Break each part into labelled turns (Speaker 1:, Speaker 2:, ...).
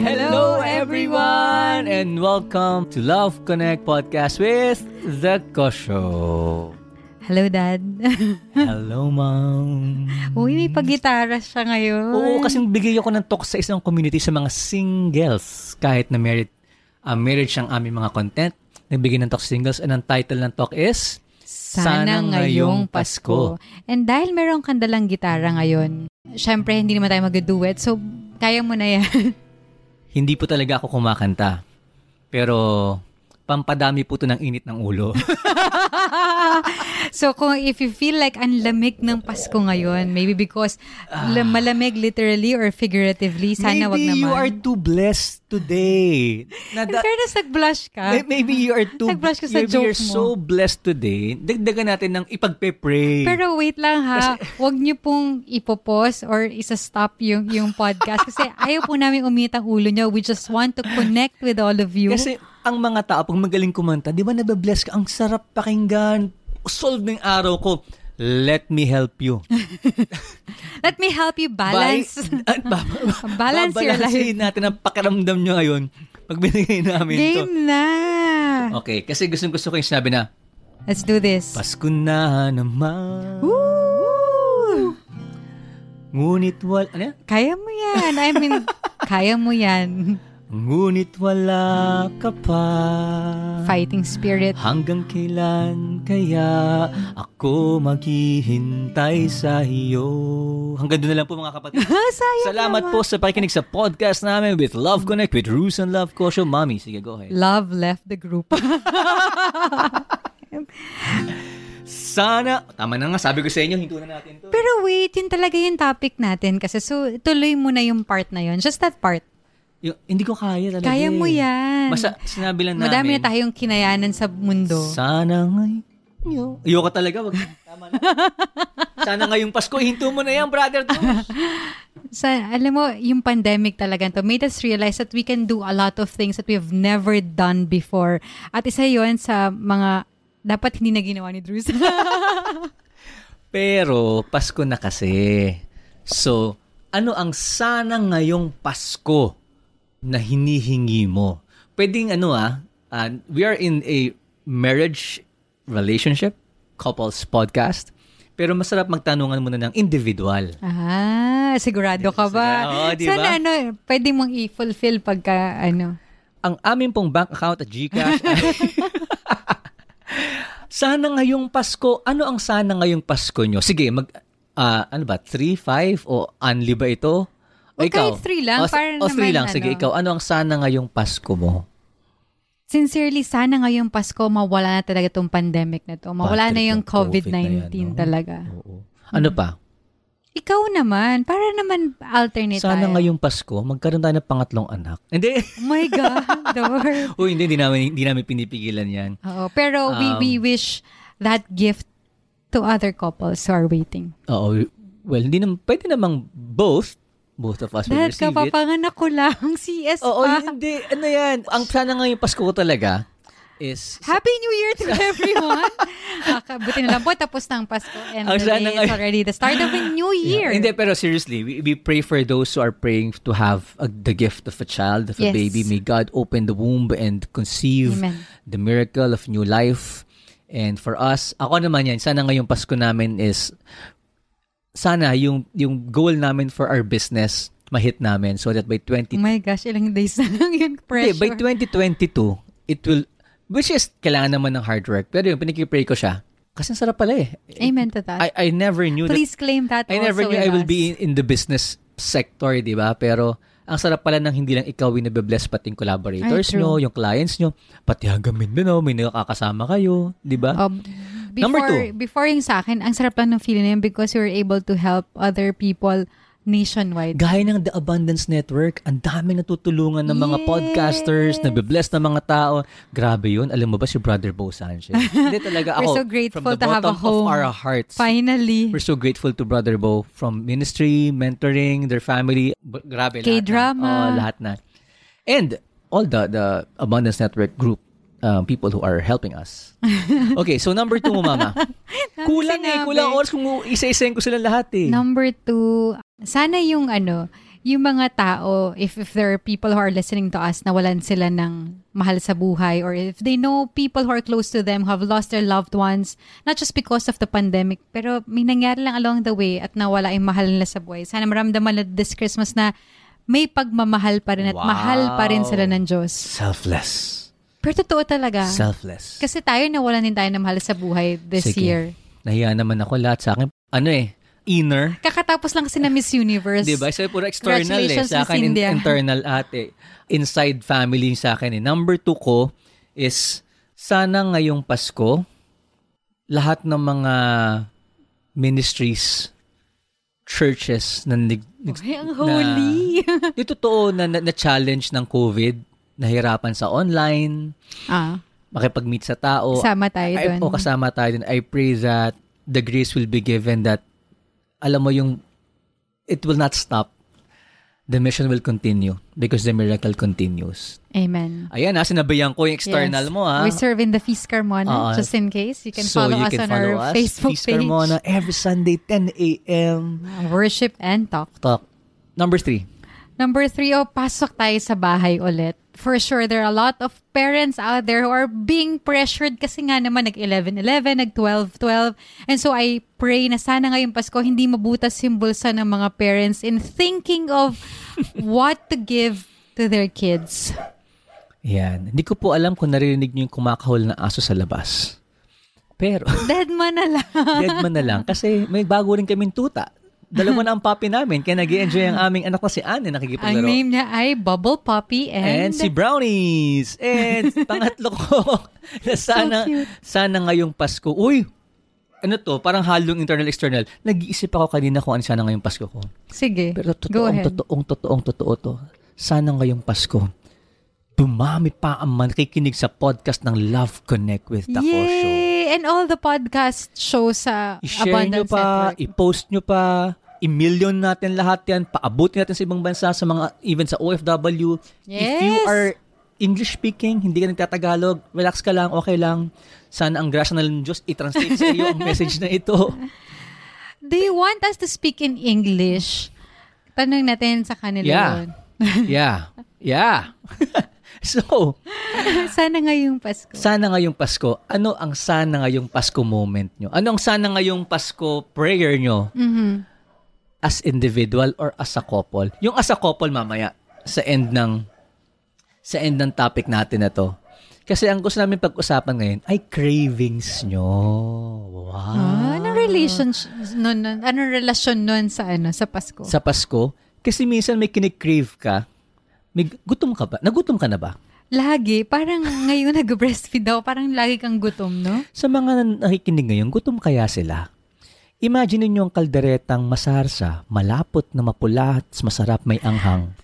Speaker 1: Hello, everyone, and welcome to Love Connect Podcast with The Kosho.
Speaker 2: Hello, Dad.
Speaker 1: Hello, Ma'am.
Speaker 2: Uy, may pag-gitara siya ngayon.
Speaker 1: Oo, kasi bigay ako ng talk sa isang community sa mga singles. Kahit na married, ah, marriage ang aming mga content, nagbigay ng talk sa singles and ang title ng talk is Sana Ngayong Pasko.
Speaker 2: And dahil meron kang dalang gitara ngayon, syempre hindi naman tayo mag-duet, so kaya mo na yan.
Speaker 1: Hindi po talaga ako kumakanta. Pero pampadami po to ng init ng ulo.
Speaker 2: so kung if you feel like ang lamig ng Pasko ngayon, maybe because la- malamig literally or figuratively, sana wag
Speaker 1: Ah. Maybe
Speaker 2: naman.
Speaker 1: you are too blessed today. Na
Speaker 2: In
Speaker 1: da-
Speaker 2: fairness, nag-blush
Speaker 1: May-
Speaker 2: ka.
Speaker 1: Maybe you are too
Speaker 2: Nag-blush Mm-hmm. ka sa
Speaker 1: maybe you're
Speaker 2: joke mo.
Speaker 1: so blessed today. Dagdagan natin ng ipagpe-pray.
Speaker 2: Pero wait lang ha, huwag niyo pong ipopos or isa-stop yung, yung podcast kasi ayaw po namin umita ang ulo niyo. We just want to connect with all of you.
Speaker 1: Kasi ang mga tao, pag magaling kumanta, di ba nababless ka? Ang sarap pakinggan. Solve ng araw ko. Let me help you.
Speaker 2: Let me help you balance.
Speaker 1: By- at ba- ba-
Speaker 2: Balance your life.
Speaker 1: babalansin natin ang pakiramdam nyo ngayon pag binigay namin to.
Speaker 2: Game na!
Speaker 1: Okay, kasi gustong gusto ko yung sinabi na,
Speaker 2: Let's do this.
Speaker 1: Pasko na naman.
Speaker 2: Woo!
Speaker 1: Ngunit wal... Ano yan?
Speaker 2: Kaya mo yan. I mean, kaya mo yan.
Speaker 1: Ngunit wala ka pa.
Speaker 2: Fighting spirit.
Speaker 1: Hanggang kailan kaya ako maghihintay sa iyo? Hanggang doon na lang po mga kapatid.
Speaker 2: Sayang
Speaker 1: Salamat
Speaker 2: naman.
Speaker 1: po sa pakikinig sa podcast namin with Love Connect with Ruse and Love Kosho. Mami, sige, go ahead.
Speaker 2: Love left the group.
Speaker 1: Sana, tama na nga, sabi ko sa inyo, hinto na natin to.
Speaker 2: Pero wait, yun talaga yung topic natin kasi so tuloy mo na yung part na yun. Just that part.
Speaker 1: Yung- hindi ko kaya talaga.
Speaker 2: Kaya
Speaker 1: eh.
Speaker 2: mo yan.
Speaker 1: Basta sinabi lang namin.
Speaker 2: Madami na tayong kinayanan sa mundo.
Speaker 1: Sana ngay. Ayoko talaga. Wag, tama na. Sana ngayong Pasko, hinto mo na yan, brother. Tush.
Speaker 2: Sa, alam mo, yung pandemic talaga to made us realize that we can do a lot of things that we've never done before. At isa yon sa mga dapat hindi na ginawa ni Drews.
Speaker 1: Pero Pasko na kasi. So, ano ang sana ngayong Pasko na hinihingi mo? Pwedeng ano ah, ah, we are in a marriage relationship couples podcast. Pero masarap magtanungan muna ng individual.
Speaker 2: ah, sigurado ka ba?
Speaker 1: Oo, di ba?
Speaker 2: Sana ano, pwede mong i-fulfill pagka ano.
Speaker 1: Ang amin pong bank account at GCash. ay- sana ngayong Pasko, ano ang sana ngayong Pasko nyo? Sige, mag, ah, ano ba, 3, 5 o anli ba ito? O
Speaker 2: Well, kahit three lang,
Speaker 1: O, s-
Speaker 2: para
Speaker 1: o three
Speaker 2: naman,
Speaker 1: lang. Sige,
Speaker 2: ano.
Speaker 1: ikaw. Ano ang sana ngayong Pasko mo?
Speaker 2: Sincerely, sana ngayong Pasko mawala na talaga tong pandemic na to. Mawala na
Speaker 1: Patrick,
Speaker 2: yung
Speaker 1: yung COVID na yan,
Speaker 2: COVID-19
Speaker 1: no?
Speaker 2: talaga.
Speaker 1: Oo. Ano pa?
Speaker 2: Ikaw naman, para naman alternate
Speaker 1: Sana
Speaker 2: tayo.
Speaker 1: ngayong Pasko, magkaroon tayo ng pangatlong anak. Hindi.
Speaker 2: Oh my God, Lord.
Speaker 1: Uy, hindi, hindi namin, hindi namin pinipigilan yan.
Speaker 2: Oo, pero we, we
Speaker 1: Um,
Speaker 2: wish that gift to other couples who are waiting.
Speaker 1: Oo. Well, hindi naman, pwede namang both. Both of us will
Speaker 2: Dahil
Speaker 1: receive it.
Speaker 2: kapapanganak ko lang, CS
Speaker 1: Oo,
Speaker 2: pa.
Speaker 1: hindi. Ano yan? Ang sana ngayong Pasko ko talaga is
Speaker 2: Happy New Year to everyone! Ah, buti na lang po, tapos na ang Pasko. And
Speaker 1: Ang
Speaker 2: today
Speaker 1: sana
Speaker 2: is
Speaker 1: ngayon-
Speaker 2: already the start of a new year.
Speaker 1: Hindi, pero seriously, we, we pray for those who are praying to have a, the gift of a child, of a
Speaker 2: Yes.
Speaker 1: baby. May God open the womb and conceive
Speaker 2: Amen.
Speaker 1: the miracle of new life. And for us, ako naman yan, sana ngayong Pasko namin is, sana yung, yung goal namin for our business, mahit namin so that by 20...
Speaker 2: Oh my gosh, ilang days na lang yun
Speaker 1: Hindi,
Speaker 2: pressure.
Speaker 1: by 2022, it will... Which is, kailangan naman ng hard work. Pero yun, pinikipray ko siya. Kasi ang sarap pala eh.
Speaker 2: Amen to that.
Speaker 1: I, I never knew that
Speaker 2: Please claim that
Speaker 1: I never
Speaker 2: also
Speaker 1: knew I
Speaker 2: with
Speaker 1: will
Speaker 2: us.
Speaker 1: be in, in the business sector, di ba? Pero ang sarap pala ng hindi lang ikaw yung nabibless, pati yung collaborators
Speaker 2: Ay, true.
Speaker 1: nyo, yung clients nyo, pati hagamin din, no? may nakakasama kayo, di ba?
Speaker 2: Um, before,
Speaker 1: Number two.
Speaker 2: Before yung sa akin, ang sarap lang ng feeling na yun because we were able to help other people nationwide.
Speaker 1: Gaya ng The Abundance Network, ang dami natutulungan ng mga
Speaker 2: Yes.
Speaker 1: podcasters, nabibless ng mga tao. Grabe yun. Alam mo ba si Brother Bo Sanchez? Hindi talaga ako.
Speaker 2: We're so grateful
Speaker 1: from the
Speaker 2: to have a
Speaker 1: bottom
Speaker 2: home.
Speaker 1: of our hearts.
Speaker 2: Finally,
Speaker 1: We're so grateful to Brother Bo from ministry, mentoring, their family. B- grabe lahat.
Speaker 2: K-drama.
Speaker 1: Na. Oo, lahat na. And all the the Abundance Network group um, people who are helping us. Okay, so number two mo, Mama. kulang eh,
Speaker 2: sinabi.
Speaker 1: kulang oras kung isa-isayin ko sila lahat eh.
Speaker 2: number two, sana yung ano, yung mga tao, if, if there are people who are listening to us na walan sila ng mahal sa buhay or if they know people who are close to them who have lost their loved ones, not just because of the pandemic, pero may nangyari lang along the way at nawala yung mahal nila sa buhay. Sana maramdaman na this Christmas na may pagmamahal pa rin at
Speaker 1: Wow.
Speaker 2: mahal pa rin sila ng Diyos.
Speaker 1: Selfless.
Speaker 2: Pero totoo talaga.
Speaker 1: Selfless.
Speaker 2: Kasi tayo nawalan din tayo ng mahal sa buhay this
Speaker 1: Sige.
Speaker 2: year.
Speaker 1: Nahiya naman ako lahat sa akin. Ano eh, inner.
Speaker 2: Kakatapos lang kasi na Miss Universe.
Speaker 1: Di ba? Sa'yo puro external eh.
Speaker 2: Congratulations,
Speaker 1: Sa akin,
Speaker 2: Miss
Speaker 1: in-
Speaker 2: India.
Speaker 1: internal ate. Inside family sa akin eh. Number two ko is, sana ngayong Pasko, lahat ng mga ministries, churches na nag, nag-
Speaker 2: Ay, ang holy.
Speaker 1: Yung totoo na, na, challenge ng COVID, nahirapan sa online,
Speaker 2: ah,
Speaker 1: makipag-meet sa tao.
Speaker 2: sama tayo
Speaker 1: I,
Speaker 2: doon.
Speaker 1: o kasama tayo dun. I pray that the grace will be given that, alam mo yung, it will not stop. The mission will continue because the miracle continues.
Speaker 2: Amen.
Speaker 1: Ayan ha, sinabayan ko yung external
Speaker 2: Yes.
Speaker 1: mo ha.
Speaker 2: We serve in the Feast Carmona,
Speaker 1: Oo.
Speaker 2: just in case. You can
Speaker 1: so
Speaker 2: follow
Speaker 1: you
Speaker 2: us
Speaker 1: can
Speaker 2: on
Speaker 1: follow us,
Speaker 2: our Facebook
Speaker 1: Feast
Speaker 2: page.
Speaker 1: Carmona, every Sunday, 10 a.m.
Speaker 2: Worship and talk.
Speaker 1: Talk. Number three.
Speaker 2: Number three, oh, pasok tayo sa bahay ulit. For sure, there are a lot of parents out there who are being pressured kasi nga naman nag-11-11, nag-12-12. And so I pray na sana ngayong Pasko hindi mabutas yung bulsa ng mga parents in thinking of what to give to their kids.
Speaker 1: Yan. Hindi ko po alam kung naririnig niyo yung kumakahol na aso sa labas. Pero,
Speaker 2: Dead man na lang.
Speaker 1: dead man na lang. Kasi may bago rin kaming tuta. Dalawa na ang papi namin. Kaya nag enjoy ang aming anak na si Anne
Speaker 2: Ang
Speaker 1: nakikipaglaro.
Speaker 2: name niya ay Bubble Poppy
Speaker 1: And
Speaker 2: and,
Speaker 1: si Brownies. And pangatlo ko na sana,
Speaker 2: cute.
Speaker 1: sana ngayong Pasko. Uy, ano to? Parang halong internal-external. Nag-iisip ako kanina kung ano sana ngayong Pasko ko.
Speaker 2: Sige,
Speaker 1: Pero
Speaker 2: go
Speaker 1: totoong,
Speaker 2: ahead.
Speaker 1: totoong, totoong, totoo to. Sana ngayong Pasko, dumami pa ang makikinig sa podcast ng Love Connect with Taco Show.
Speaker 2: Yay! And all the podcast shows sa
Speaker 1: I-share nyo
Speaker 2: Abundance
Speaker 1: pa,
Speaker 2: Network.
Speaker 1: i-post nyo pa, i-million natin lahat yan, paabutin natin sa ibang bansa, sa mga, even sa OFW. If you
Speaker 2: Yes.
Speaker 1: are English speaking, hindi ka nagtatagalog, relax ka lang, okay lang. Sana ang grasya ng Diyos i-translate sa iyo ang message na ito.
Speaker 2: They want us to speak in English. Tanong natin sa kanila
Speaker 1: Yeah.
Speaker 2: yun.
Speaker 1: Yeah. Yeah. so,
Speaker 2: Sana ngayong Pasko.
Speaker 1: sana ngayong Pasko, ano ang sana ngayong Pasko moment nyo? Ano ang sana ngayong Pasko prayer nyo
Speaker 2: Mhm.
Speaker 1: as individual or as a couple. Yung as a couple mamaya sa end ng sa end ng topic natin na to. Kasi ang gusto namin pag-usapan ngayon ay cravings nyo.
Speaker 2: Ah,
Speaker 1: Wow.
Speaker 2: anong relationship nun, nun, anong relasyon nun sa ano sa Pasko?
Speaker 1: Sa Pasko, kasi minsan may kinikrave ka. May gutom ka ba? Nagutom ka na ba?
Speaker 2: Lagi, parang ngayon nag-breastfeed daw, parang lagi kang gutom, no?
Speaker 1: Sa mga nan- nakikinig ngayon, gutom kaya sila? Imagine ninyo ang kalderetang masarsa, malapot na mapula at masarap may anghang.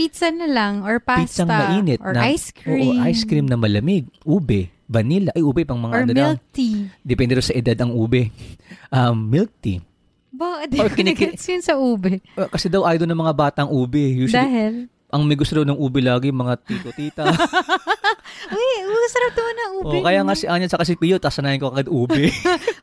Speaker 2: Pizza na lang or pasta
Speaker 1: pizzang mainit
Speaker 2: or
Speaker 1: na,
Speaker 2: ice cream.
Speaker 1: Oo, ice cream na malamig, ube, vanilla, ay ube pang mga
Speaker 2: or
Speaker 1: ano daw.
Speaker 2: milk tea.
Speaker 1: Depende rin sa edad ang ube. Um, milk tea.
Speaker 2: Ba, di
Speaker 1: Or
Speaker 2: ko
Speaker 1: kiniki-
Speaker 2: nag-gets yun sa ube.
Speaker 1: Uh, Kasi daw ayaw ng mga batang ube. Usually,
Speaker 2: Dahil,
Speaker 1: ang may gusto daw ng ube lagi, mga tito-tita.
Speaker 2: uy, uy, sarap naman ang ube.
Speaker 1: o, Oh, kaya
Speaker 2: no?
Speaker 1: nga si Anya sa kasi Pio, tasanayin ko agad ube.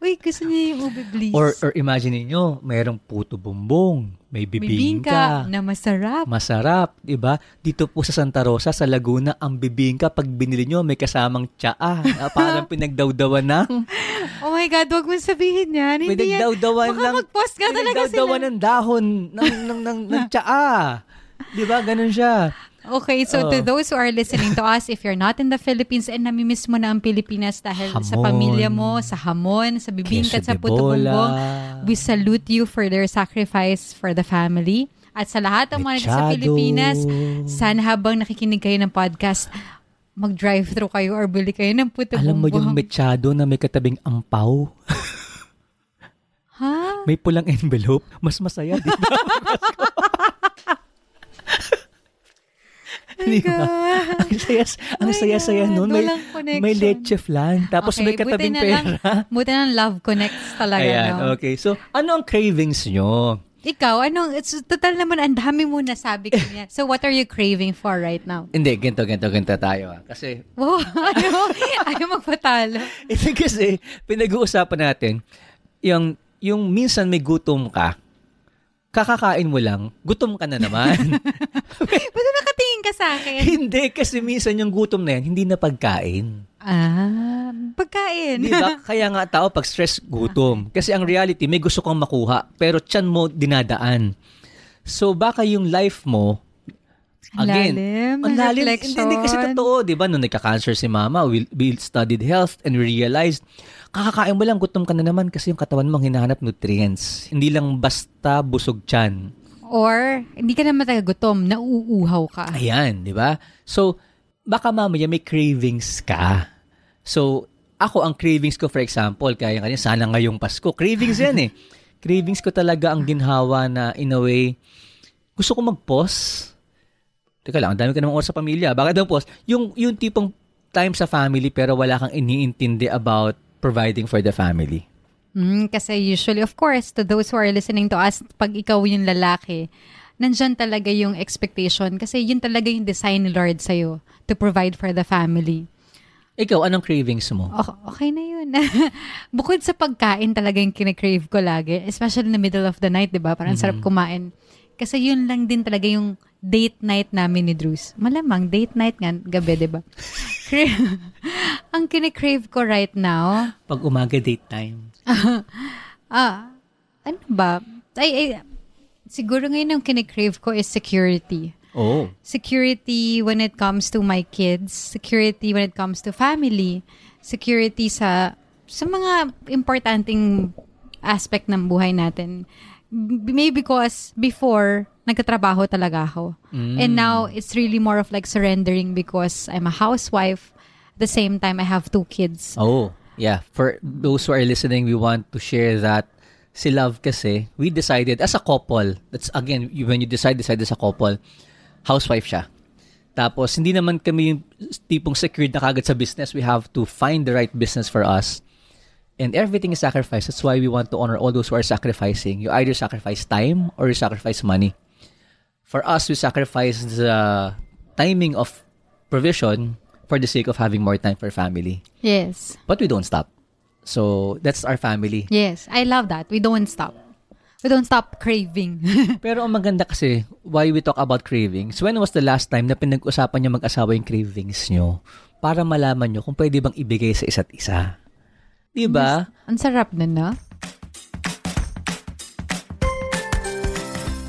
Speaker 2: Uy, gusto niya yung ube, please.
Speaker 1: or, or imagine ninyo, mayroong puto bumbong, may
Speaker 2: May bingka
Speaker 1: bibingka.
Speaker 2: na masarap.
Speaker 1: Masarap, 'di ba? Dito po sa Santa Rosa sa Laguna, ang bibingka pag binili nyo may kasamang tsaa. na Parang pinagdawdawan ng
Speaker 2: Oh my God, wag mo sabihin yan. Hindi yan.
Speaker 1: pinagdawdawan
Speaker 2: Baka
Speaker 1: ng
Speaker 2: mag-post ka talaga sila.
Speaker 1: Pinagdawdawan ng dahon ng ng ng, ng tsaa. 'Di ba? Ganun siya.
Speaker 2: Okay, so to
Speaker 1: Oh.
Speaker 2: those who are listening to us, if you're not in the Philippines and namimiss mo na ang Pilipinas dahil sa
Speaker 1: Hamon.
Speaker 2: pamilya mo, sa hamon, sa bibingka, at
Speaker 1: Queso
Speaker 2: sa
Speaker 1: de bola.
Speaker 2: puto-bumbong, we salute you for their sacrifice for the family. At sa lahat ng mga nag sa
Speaker 1: Mechado.
Speaker 2: Pilipinas, sana habang nakikinig kayo ng podcast, mag-drive-thru kayo or bili kayo ng puto
Speaker 1: Alam mo yung
Speaker 2: bumbong.
Speaker 1: mechado na may katabing ampaw?
Speaker 2: Ha?
Speaker 1: May pulang envelope? Mas masaya, di ba?
Speaker 2: My God.
Speaker 1: ang saya, ang
Speaker 2: my
Speaker 1: saya-saya
Speaker 2: God,
Speaker 1: nun. May,
Speaker 2: walang connection.
Speaker 1: may leche flan. Tapos may
Speaker 2: Okay, buti
Speaker 1: katabing
Speaker 2: na
Speaker 1: pera.
Speaker 2: Lang, buti na lang love connects talaga. no?
Speaker 1: Ayan, okay. So, ano ang cravings nyo?
Speaker 2: Ikaw, anong, it's, total naman, ang dami mo nasabi kanya. So, what are you craving for right now?
Speaker 1: Hindi, ganito, ganito, ganito tayo. ah. Kasi
Speaker 2: Wow, ano? Ayaw magpatalo.
Speaker 1: Ito kasi, pinag-uusapan natin, yung, yung minsan may gutom ka, kakakain mo lang, gutom ka na naman.
Speaker 2: Ba't nakatingin ka sa akin?
Speaker 1: hindi, kasi minsan yung gutom na yan, hindi na pagkain.
Speaker 2: Ah, pagkain.
Speaker 1: Di ba? Kaya nga tao pag stress, gutom. Kasi ang reality, may gusto kang makuha, pero tiyan mo dinadaan. So baka yung life mo,
Speaker 2: Ang
Speaker 1: again,
Speaker 2: lalim,
Speaker 1: ang lalim. Hindi,
Speaker 2: reflection.
Speaker 1: hindi kasi totoo, di ba? Nung nagka-cancer si mama, we, we studied health and we realized, kakakain mo lang, gutom ka na naman kasi yung katawan mo ang hinahanap nutrients. Hindi lang basta busog tiyan.
Speaker 2: Or, hindi ka naman talaga gutom, nauuhaw ka.
Speaker 1: Ayan, di ba? So, baka mamaya may cravings ka. So, ako ang cravings ko, for example, kaya kanya, sana ngayong Pasko. Cravings yan eh. cravings ko talaga ang ginhawa na in a way, gusto ko mag-pause. Teka lang, ang dami ka namang oras sa pamilya. Bakit daw pause? Yung, yung tipong time sa family pero wala kang iniintindi about providing for the family.
Speaker 2: Mm, kasi usually, of course, to those who are listening to us, pag ikaw yung lalaki, nandyan talaga yung expectation kasi yun talaga yung design ni Lord sa'yo to provide for the family.
Speaker 1: Ikaw, anong cravings mo?
Speaker 2: O- okay na yun. Bukod sa pagkain talaga yung kinikrave ko lagi, especially in the middle of the night, di ba? Parang sarap kumain. Kasi yun lang din talaga yung date night namin ni Drews. Malamang, date night nga, gabi, di ba? Cra- Ang kinikrave ko right now,
Speaker 1: Pag umaga date time.
Speaker 2: Ah, ano ba? Ay, ay, siguro ngayon ang kinikrave ko is security.
Speaker 1: Oh.
Speaker 2: Security when it comes to my kids. Security when it comes to family. Security sa, sa mga importanteng aspect ng buhay natin. B- Maybe because before, nagkatrabaho talaga ako. And now, it's really more of like surrendering because I'm a housewife. At the same time, I have two kids.
Speaker 1: Oh, yeah. For those who are listening, we want to share that si Love kasi, we decided as a couple, that's again, you- when you decide, decide as a couple, housewife siya. Tapos, hindi naman kami yung tipong secured na kagad sa business. We have to find the right business for us. And everything is sacrificed. That's why we want to honor all those who are sacrificing. You either sacrifice time or you sacrifice money. For us, we sacrifice the timing of provision for the sake of having more time for family
Speaker 2: Yes.
Speaker 1: but we don't stop. So that's our family.
Speaker 2: Yes, I love that. We don't stop. We don't stop craving.
Speaker 1: Pero ang maganda kasi, why we talk about cravings, when was the last time na pinag-usapan niyo mag-asawa yung cravings niyo para malaman niyo kung pwede bang ibigay sa isa't isa? Di ba?
Speaker 2: Ang sarap na na.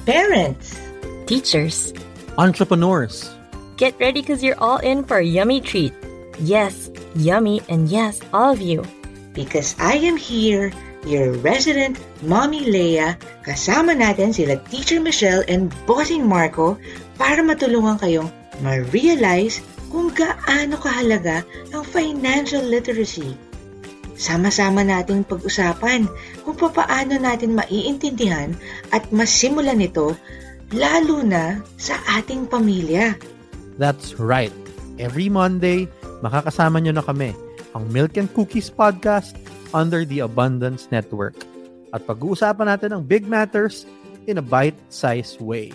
Speaker 3: Parents,
Speaker 4: Teachers,
Speaker 5: Entrepreneurs.
Speaker 4: get ready because you're all in for a yummy treat. Yes, yummy, and yes, all of you.
Speaker 3: because I am here, your resident Mommy Leia, kasama natin sila Teacher Michelle and Bossing Marco para matulungan kayong ma-realize kung gaano kahalaga ang financial literacy. Sama-sama nating pag-usapan kung papaano natin maiintindihan at masimulan ito lalo na sa ating pamilya.
Speaker 5: That's right. Every Monday, makakasama nyo na kami ang Milk and Cookies Podcast under the Abundance Network. At pag-uusapan natin ang big matters in a bite-sized way.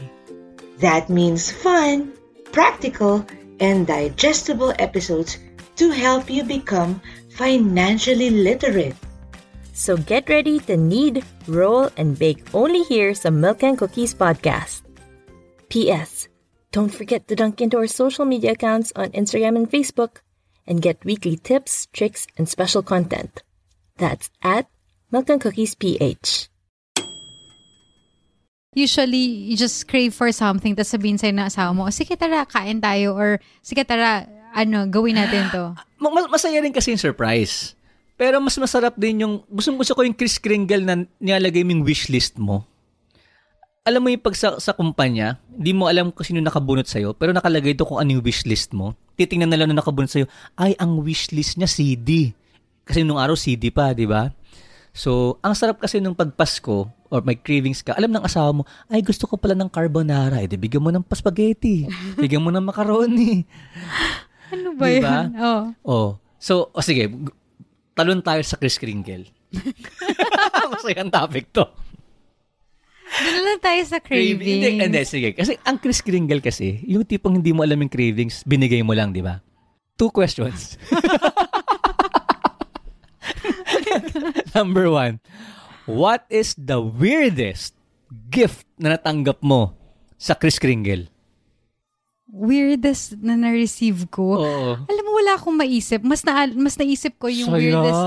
Speaker 3: That means fun, practical, and digestible episodes to help you become financially literate.
Speaker 4: So get ready to knead, roll, and bake only here some Milk and Cookies podcast. P.S. Don't forget to dunk into our social media accounts on Instagram and Facebook and get weekly tips, tricks, and special content. That's at Milk and Cookies PH.
Speaker 2: Usually, you just crave for something, tapos sabihin sa'yo ng asawa mo, sige tara, kain tayo, or sige tara, ano, gawin natin to.
Speaker 1: Ma- ma- masaya rin kasi yung surprise. Pero mas masarap din yung, gusto, gusto ko yung Kris Kringle na nilalagay mo yung wishlist mo. Alam mo yung pag sa, sa kumpanya, di mo alam kung sino nakabunot sa'yo, pero nakalagay doon kung ano yung wishlist mo. Titingnan na lang na nakabunot sa'yo, ay, ang wishlist niya CD. Kasi nung araw CD pa, di ba? So, ang sarap kasi nung pagpasko or may cravings ka, alam ng asawa mo, ay gusto ko pala ng carbonara, eh, di bigyan mo ng spaghetti, bigyan mo ng macaroni,
Speaker 2: Ano ba
Speaker 1: Di ba?
Speaker 2: yun? Oh.
Speaker 1: Oh. So, o sige, g- talon tayo sa Chris Kringle. Masayang topic to.
Speaker 2: Doon na lang tayo sa
Speaker 1: Hindi,
Speaker 2: craving.
Speaker 1: hindi, sige. Kasi ang Chris Kringle kasi, yung tipong hindi mo alam yung cravings, binigay mo lang, di ba? Two questions. Number one, what is the weirdest gift na natanggap mo sa Kris Kringle?
Speaker 2: Weirdest na na-receive ko.
Speaker 1: Oo.
Speaker 2: Alam mo, wala akong maisip. Mas, na, mas naisip ko yung weirdest.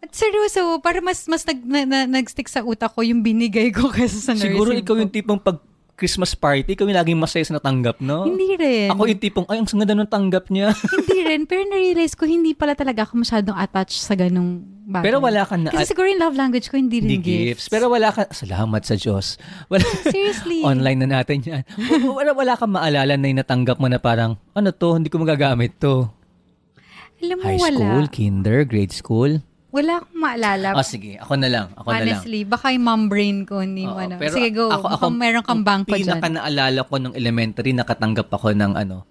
Speaker 2: At seryoso, para mas mas nag, na, na, nagstick sa utak ko yung binigay ko kaysa sa na-receive
Speaker 1: Siguro ikaw
Speaker 2: ko.
Speaker 1: yung tipong pag Christmas party, ikaw yung laging masaya sa natanggap, no?
Speaker 2: Hindi rin.
Speaker 1: Ako yung tipong, ay, ang ganda nung tanggap niya.
Speaker 2: hindi rin. Pero na-realize ko, hindi pala talaga ako masyadong attached sa ganung bagay.
Speaker 1: Pero wala ka na,
Speaker 2: Kasi siguro yung love language ko, hindi
Speaker 1: hindi
Speaker 2: rin
Speaker 1: gifts.
Speaker 2: gifts.
Speaker 1: Pero wala ka, salamat sa Diyos. Wala,
Speaker 2: Seriously.
Speaker 1: online na natin yan. W- wala, wala kang maalala na yung natanggap mo na parang, ano to, hindi ko magagamit to.
Speaker 2: Alam mo,
Speaker 1: High
Speaker 2: wala.
Speaker 1: school, kinder, grade school.
Speaker 2: Wala akong maalala.
Speaker 1: Ah, sige, ako na lang. Ako na lang.
Speaker 2: Honestly, baka yung mom brain ko ni
Speaker 1: Oo,
Speaker 2: mo. Ano. Sige, go. Ako, meron
Speaker 1: ang
Speaker 2: kang bangko dyan.
Speaker 1: pinaka naalala ko ng elementary, nakatanggap ako ng ano,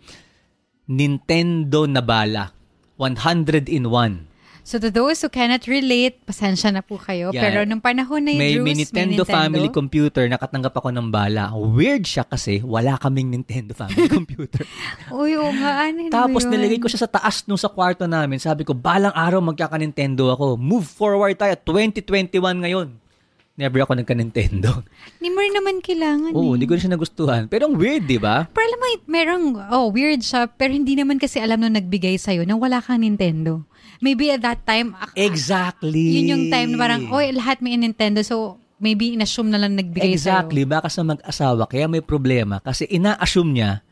Speaker 1: Nintendo na bala. 100 in 1.
Speaker 2: So to those who cannot relate, pasensya na po kayo.
Speaker 1: Yeah.
Speaker 2: Pero nung panahon na yung
Speaker 1: May,
Speaker 2: Drews,
Speaker 1: may Nintendo, family
Speaker 2: Nintendo.
Speaker 1: computer, nakatanggap ako ng bala. Weird siya kasi wala kaming Nintendo family computer.
Speaker 2: Uy, oo nga. Ano
Speaker 1: Tapos nilagay ko siya sa taas nung sa kwarto namin. Sabi ko, balang araw magkaka-Nintendo ako. Move forward tayo. 2021 ngayon. Never ako nagka-Nintendo.
Speaker 2: Ni mo rin naman kailangan.
Speaker 1: Oo,
Speaker 2: eh.
Speaker 1: hindi ko rin siya nagustuhan. Pero ang weird, di ba?
Speaker 2: Pero alam mo, merong, oh, weird siya, pero hindi naman kasi alam nung nagbigay sa'yo na wala kang Nintendo. Maybe at that time, ak-
Speaker 1: Exactly.
Speaker 2: yun yung time na parang, oy, lahat may Nintendo, so maybe in-assume na lang nagbigay
Speaker 1: Exactly.
Speaker 2: sa'yo.
Speaker 1: Baka sa mag-asawa, kaya may problema. Kasi ina-assume niya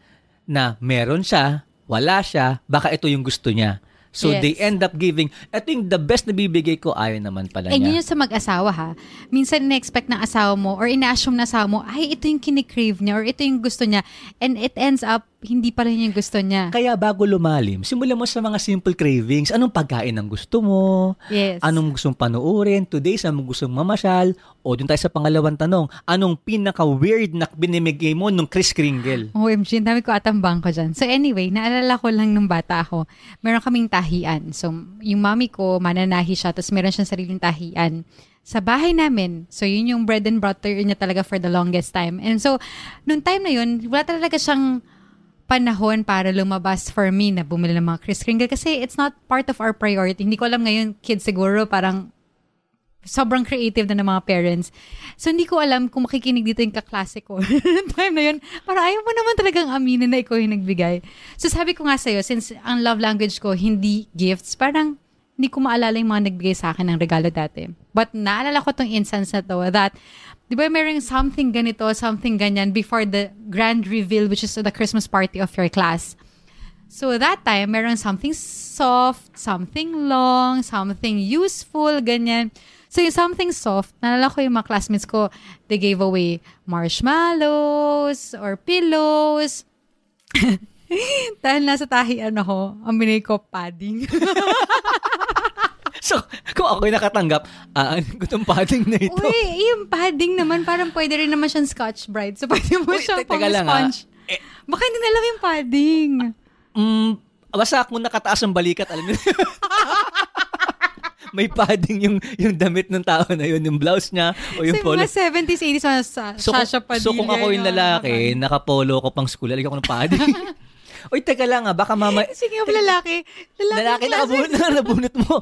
Speaker 1: na meron siya, wala siya, baka ito yung gusto niya. So
Speaker 2: Yes.
Speaker 1: they end up giving, ito yung the best na bibigay ko, ayaw naman pala
Speaker 2: And yun
Speaker 1: niya.
Speaker 2: yung sa mag-asawa ha. Minsan na-expect ng asawa mo or ina-assume na asawa mo, ay, ito yung kinikrave niya or ito yung gusto niya. And it ends up, hindi pala yun yung gusto niya.
Speaker 1: Kaya bago lumalim, simulan mo sa mga simple cravings. Anong pagkain ang gusto mo?
Speaker 2: Yes.
Speaker 1: Anong gustong panoorin? Today, sa mo gustong mamasyal? O dun tayo sa pangalawang tanong, anong pinaka-weird na binimigay mo nung Kris Kringle?
Speaker 2: OMG, ang dami ko atambang ko dyan. So anyway, naalala ko lang nung bata ako, meron kaming tahian. So yung mami ko, mananahi siya, tapos meron siyang sariling tahian sa bahay namin. So yun yung bread and butter niya talaga for the longest time. And so, nung time na yun, wala talaga siyang panahon para lumabas for me na bumili ng mga Kris Kringle kasi it's not part of our priority. Hindi ko alam ngayon, kids siguro parang sobrang creative na ng mga parents. So, hindi ko alam kung makikinig dito yung kaklase ko. time na yun, para ayaw mo naman talagang aminin na ikaw yung nagbigay. So, sabi ko nga sa'yo, since ang love language ko, hindi gifts, parang hindi ko maalala yung mga nagbigay sa akin ng regalo dati. But naalala ko tong instance na to that, di ba mayroong something ganito, something ganyan before the grand reveal, which is the Christmas party of your class. So that time, meron something soft, something long, something useful, ganyan. So yung something soft, nalala ko yung mga classmates ko, they gave away marshmallows or pillows. Dahil nasa tahian ako, ang binigay ko padding.
Speaker 1: So, kung ako'y nakatanggap, aan ko tong padding na ito.
Speaker 2: Uy, yung padding naman, parang pwede rin naman siyang scotch bright. So pwede mo
Speaker 1: Uy,
Speaker 2: siyang
Speaker 1: te- teka lang, ah.
Speaker 2: pang-sponge. Baka hindi na alam yung padding.
Speaker 1: Mm, basta kung nakataas ang balikat, alam niyo. May padding yung yung damit ng tao na yun, yung blouse niya o Oh,
Speaker 2: So
Speaker 1: yung
Speaker 2: yung
Speaker 1: polo.
Speaker 2: mga 70s, 80s, mga sa,
Speaker 1: So, kung,
Speaker 2: Sasha Padilla.
Speaker 1: so kung ako yung lalaki, nakapolo ko pang school, alagyan ko ng padding. Uy, teka lang ah, baka mama...
Speaker 2: Sige, of lalaki.
Speaker 1: Lalaki
Speaker 2: Lalaki,
Speaker 1: na nabunot, na nabunot mo.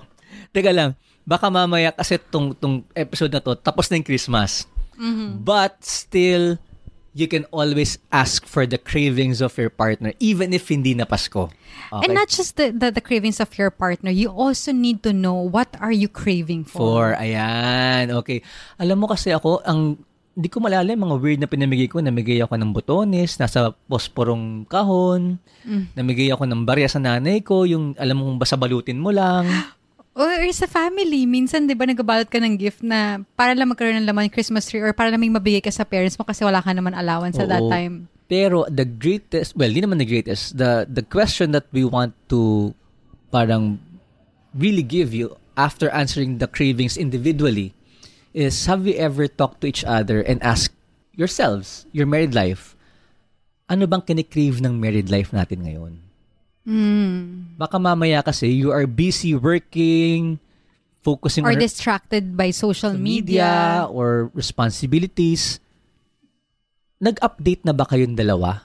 Speaker 1: Teka lang, baka mamaya kasi tong, tong episode na to, tapos na yung Christmas.
Speaker 2: Mm-hmm.
Speaker 1: But still, you can always ask for the cravings of your partner even if hindi na Pasko. Okay?
Speaker 2: And not just the, the, the cravings of your partner, you also need to know what are you craving for.
Speaker 1: Four. Ayan. Okay. Alam mo kasi ako, ang hindi ko malala yung mga weird na pinamigay ko. Namigay ako ng botones, nasa posporong kahon. Namigay ako ng barya sa nanay ko, yung alam mong basabalutin mo lang.
Speaker 2: Or sa family, minsan 'di ba nagbabalot ka ng gift na para lang magkaroon ng laman Christmas tree or para lang may mabigay ka sa parents mo kasi wala ka naman allowance at that
Speaker 1: Oo.
Speaker 2: time.
Speaker 1: Pero the greatest, well, di naman the greatest, the, the question that we want to parang really give you after answering the cravings individually is have you ever talked to each other and asked yourselves, your married life, ano bang kinikrave ng married life natin ngayon?
Speaker 2: Hmm.
Speaker 1: Baka mamaya kasi you are busy working, focusing
Speaker 2: Or
Speaker 1: on
Speaker 2: distracted by social media.
Speaker 1: media or responsibilities, nag-update na ba kayong dalawa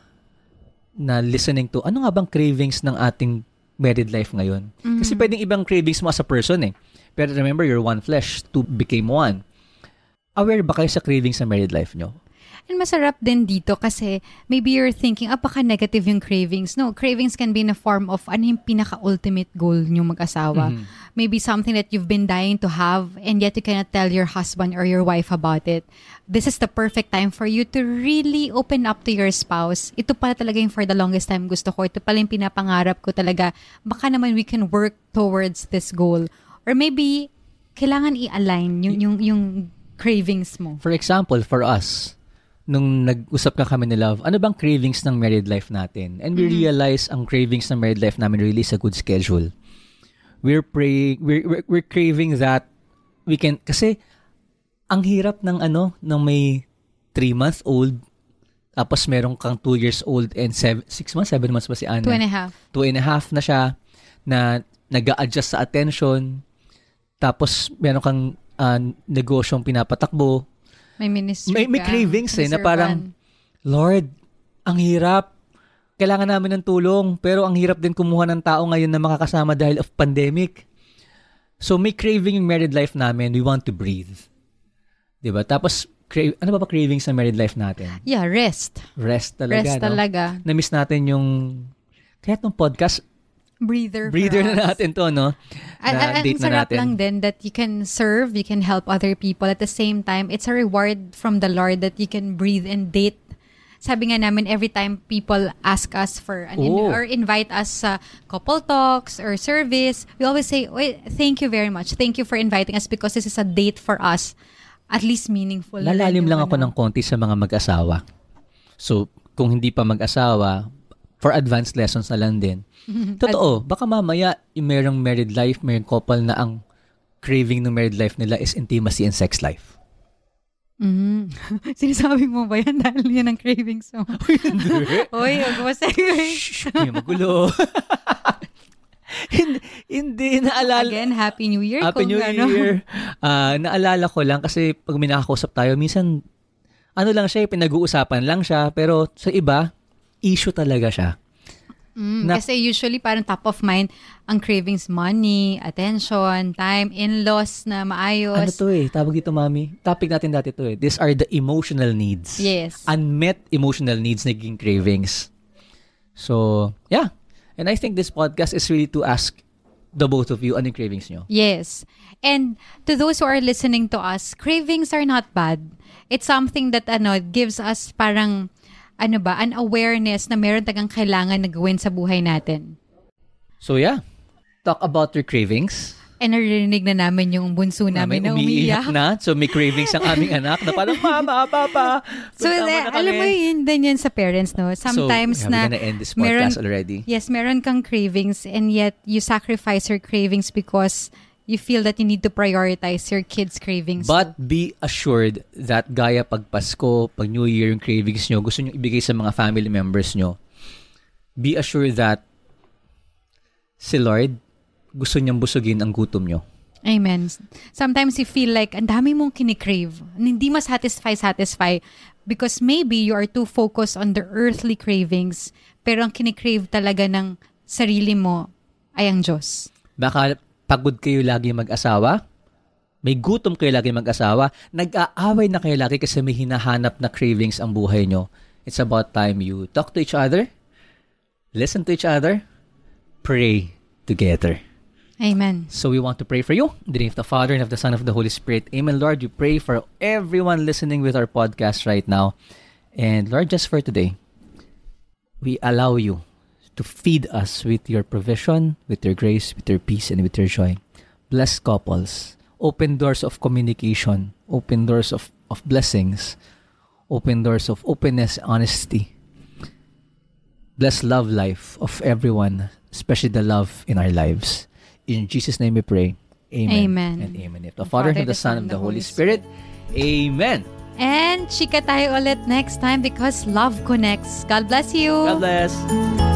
Speaker 1: na listening to ano nga bang cravings ng ating married life ngayon? Kasi pwedeng ibang cravings mo as a person eh. Pero remember, you're one flesh, two became one. aware ba kayo sa cravings sa married life nyo?
Speaker 2: And masarap din dito kasi maybe you're thinking, ah, baka negative yung cravings. No, cravings can be in a form of ano yung pinaka-ultimate goal nyo mag-asawa. Maybe something that you've been dying to have and yet you cannot tell your husband or your wife about it. This is the perfect time for you to really open up to your spouse. Ito pala talaga yung for the longest time gusto ko. Ito pala yung pinapangarap ko talaga. Baka naman we can work towards this goal. Or maybe kailangan i-align yung, yung, yung cravings mo.
Speaker 1: For example, for us, nung nag-usap ka kami ni Love, ano bang cravings ng married life natin? And we
Speaker 2: Mm-hmm.
Speaker 1: realize ang cravings ng married life namin really is a good schedule. We're praying, we're, we're, we're craving that we can, kasi ang hirap ng ano, ng may 3-month-old, tapos merong kang 2 years old and 6 months, 7 months ba si Anna?
Speaker 2: Two and a half.
Speaker 1: two and a half na siya na nag adjust sa attention. Tapos meron kang ah, negosyong pinapatakbo.
Speaker 2: May ministry
Speaker 1: May- may
Speaker 2: ka,
Speaker 1: cravings eh, na
Speaker 2: reservan.
Speaker 1: parang, Lord, ang hirap. Kailangan namin ng tulong. Pero ang hirap din kumuha ng tao ngayon na makakasama dahil of pandemic. So may craving yung married life namin. We want to breathe. 'Di ba Tapos, cra- ano ba ba cravings sa married life natin?
Speaker 2: Yeah, rest.
Speaker 1: Rest talaga.
Speaker 2: rest
Speaker 1: no?
Speaker 2: talaga.
Speaker 1: Na-miss natin yung... Kaya itong podcast,
Speaker 2: Breather. for
Speaker 1: breather
Speaker 2: us.
Speaker 1: na natin to, no?
Speaker 2: At,
Speaker 1: na
Speaker 2: at, at
Speaker 1: date
Speaker 2: ang
Speaker 1: na
Speaker 2: sarap
Speaker 1: natin.
Speaker 2: lang din that you can serve, you can help other people. At the same time, it's a reward from the Lord that you can breathe and date. Sabi nga namin, every time people ask us for an in-
Speaker 1: Oo.
Speaker 2: or invite us sa couple talks or service, we always say, Oy, thank you very much. Thank you for inviting us because this is a date for us. At least meaningful. na
Speaker 1: Lalalim
Speaker 2: yung
Speaker 1: lang ako
Speaker 2: ano.
Speaker 1: ng konti sa mga mag-asawa. So, kung hindi pa mag-asawa, for advanced lessons na lang din. Totoo, baka mamaya yung merong married life, merong couple na ang craving ng married life nila is intimacy and sex life.
Speaker 2: Mm. Sinasabi mo ba yan dahil yan ang cravings mo? Uy, huwag mo segue.
Speaker 1: Shhh, hindi magulo. hindi, hindi, naalala.
Speaker 2: Again, Happy New Year.
Speaker 1: Happy
Speaker 2: kung
Speaker 1: New
Speaker 2: ano.
Speaker 1: Year. Ah, naalala ko lang kasi pag may nakakausap tayo, minsan ano lang siya, eh, pinag-uusapan lang siya, pero sa iba, issue talaga siya.
Speaker 2: Mm,
Speaker 1: Na-
Speaker 2: kasi usually parang top of mind ang cravings money, attention, time, in-laws na maayos.
Speaker 1: Ano to eh, tawag dito mami. Topic natin dati to eh. These are the emotional needs.
Speaker 2: Yes.
Speaker 1: Unmet emotional needs naging cravings. So, yeah. And I think this podcast is really to ask the both of you, anong cravings nyo?
Speaker 2: Yes. And to those who are listening to us, cravings are not bad. It's something that ano gives us parang ano ba, an awareness na meron tagang kailangan na gawin sa buhay natin.
Speaker 1: So, yeah. Talk about your cravings.
Speaker 2: And narinig na namin yung bunso namin na umiiyak.
Speaker 1: na. So, may cravings ang aming anak na parang, Mama, Papa,
Speaker 2: So,
Speaker 1: tama
Speaker 2: eh,
Speaker 1: na
Speaker 2: alam mo
Speaker 1: kami."
Speaker 2: yun din yan sa parents, no?
Speaker 1: so, yeah,
Speaker 2: Sometimes na
Speaker 1: we're gonna end this
Speaker 2: meron-
Speaker 1: podcast already.
Speaker 2: Yes, meron kang cravings and yet you sacrifice your cravings because you feel that you need to prioritize your kids' cravings.
Speaker 1: But be assured that gaya pag Pasko, pag New Year, yung cravings nyo, gusto nyo ibigay sa mga family members nyo, be assured that si Lord gusto niyang busugin ang gutom nyo.
Speaker 2: Amen. Sometimes you feel like, ang dami mong kinikrave. Hindi ma-satisfy-satisfy because maybe you are too focused on the earthly cravings pero ang kinikrave talaga ng sarili mo ay ang Diyos.
Speaker 1: Baka pagod kayo lagi mag-asawa, may gutom kayo lagi mag-asawa, nag-aaway na kayo lagi kasi may hinahanap na cravings ang buhay nyo. It's about time you talk to each other, listen to each other, pray together.
Speaker 2: Amen.
Speaker 1: So we want to pray for you. In the name of the Father and of the Son and of the Holy Spirit. Amen. Lord, we pray for everyone listening with our podcast right now. And Lord, just for today, we allow you to feed us with your provision, with your grace, with your peace, and with your joy. Bless couples. Open doors of communication. Open doors of, of blessings. Open doors of openness, honesty. Bless love life of everyone, especially the love in our lives. In Jesus' name we pray. Amen.
Speaker 2: Amen.
Speaker 1: And amen. If the Father, and of the Son, and of the Holy Spirit. Amen.
Speaker 2: And chika tayo ulit next time because love connects. God bless you.
Speaker 1: God bless.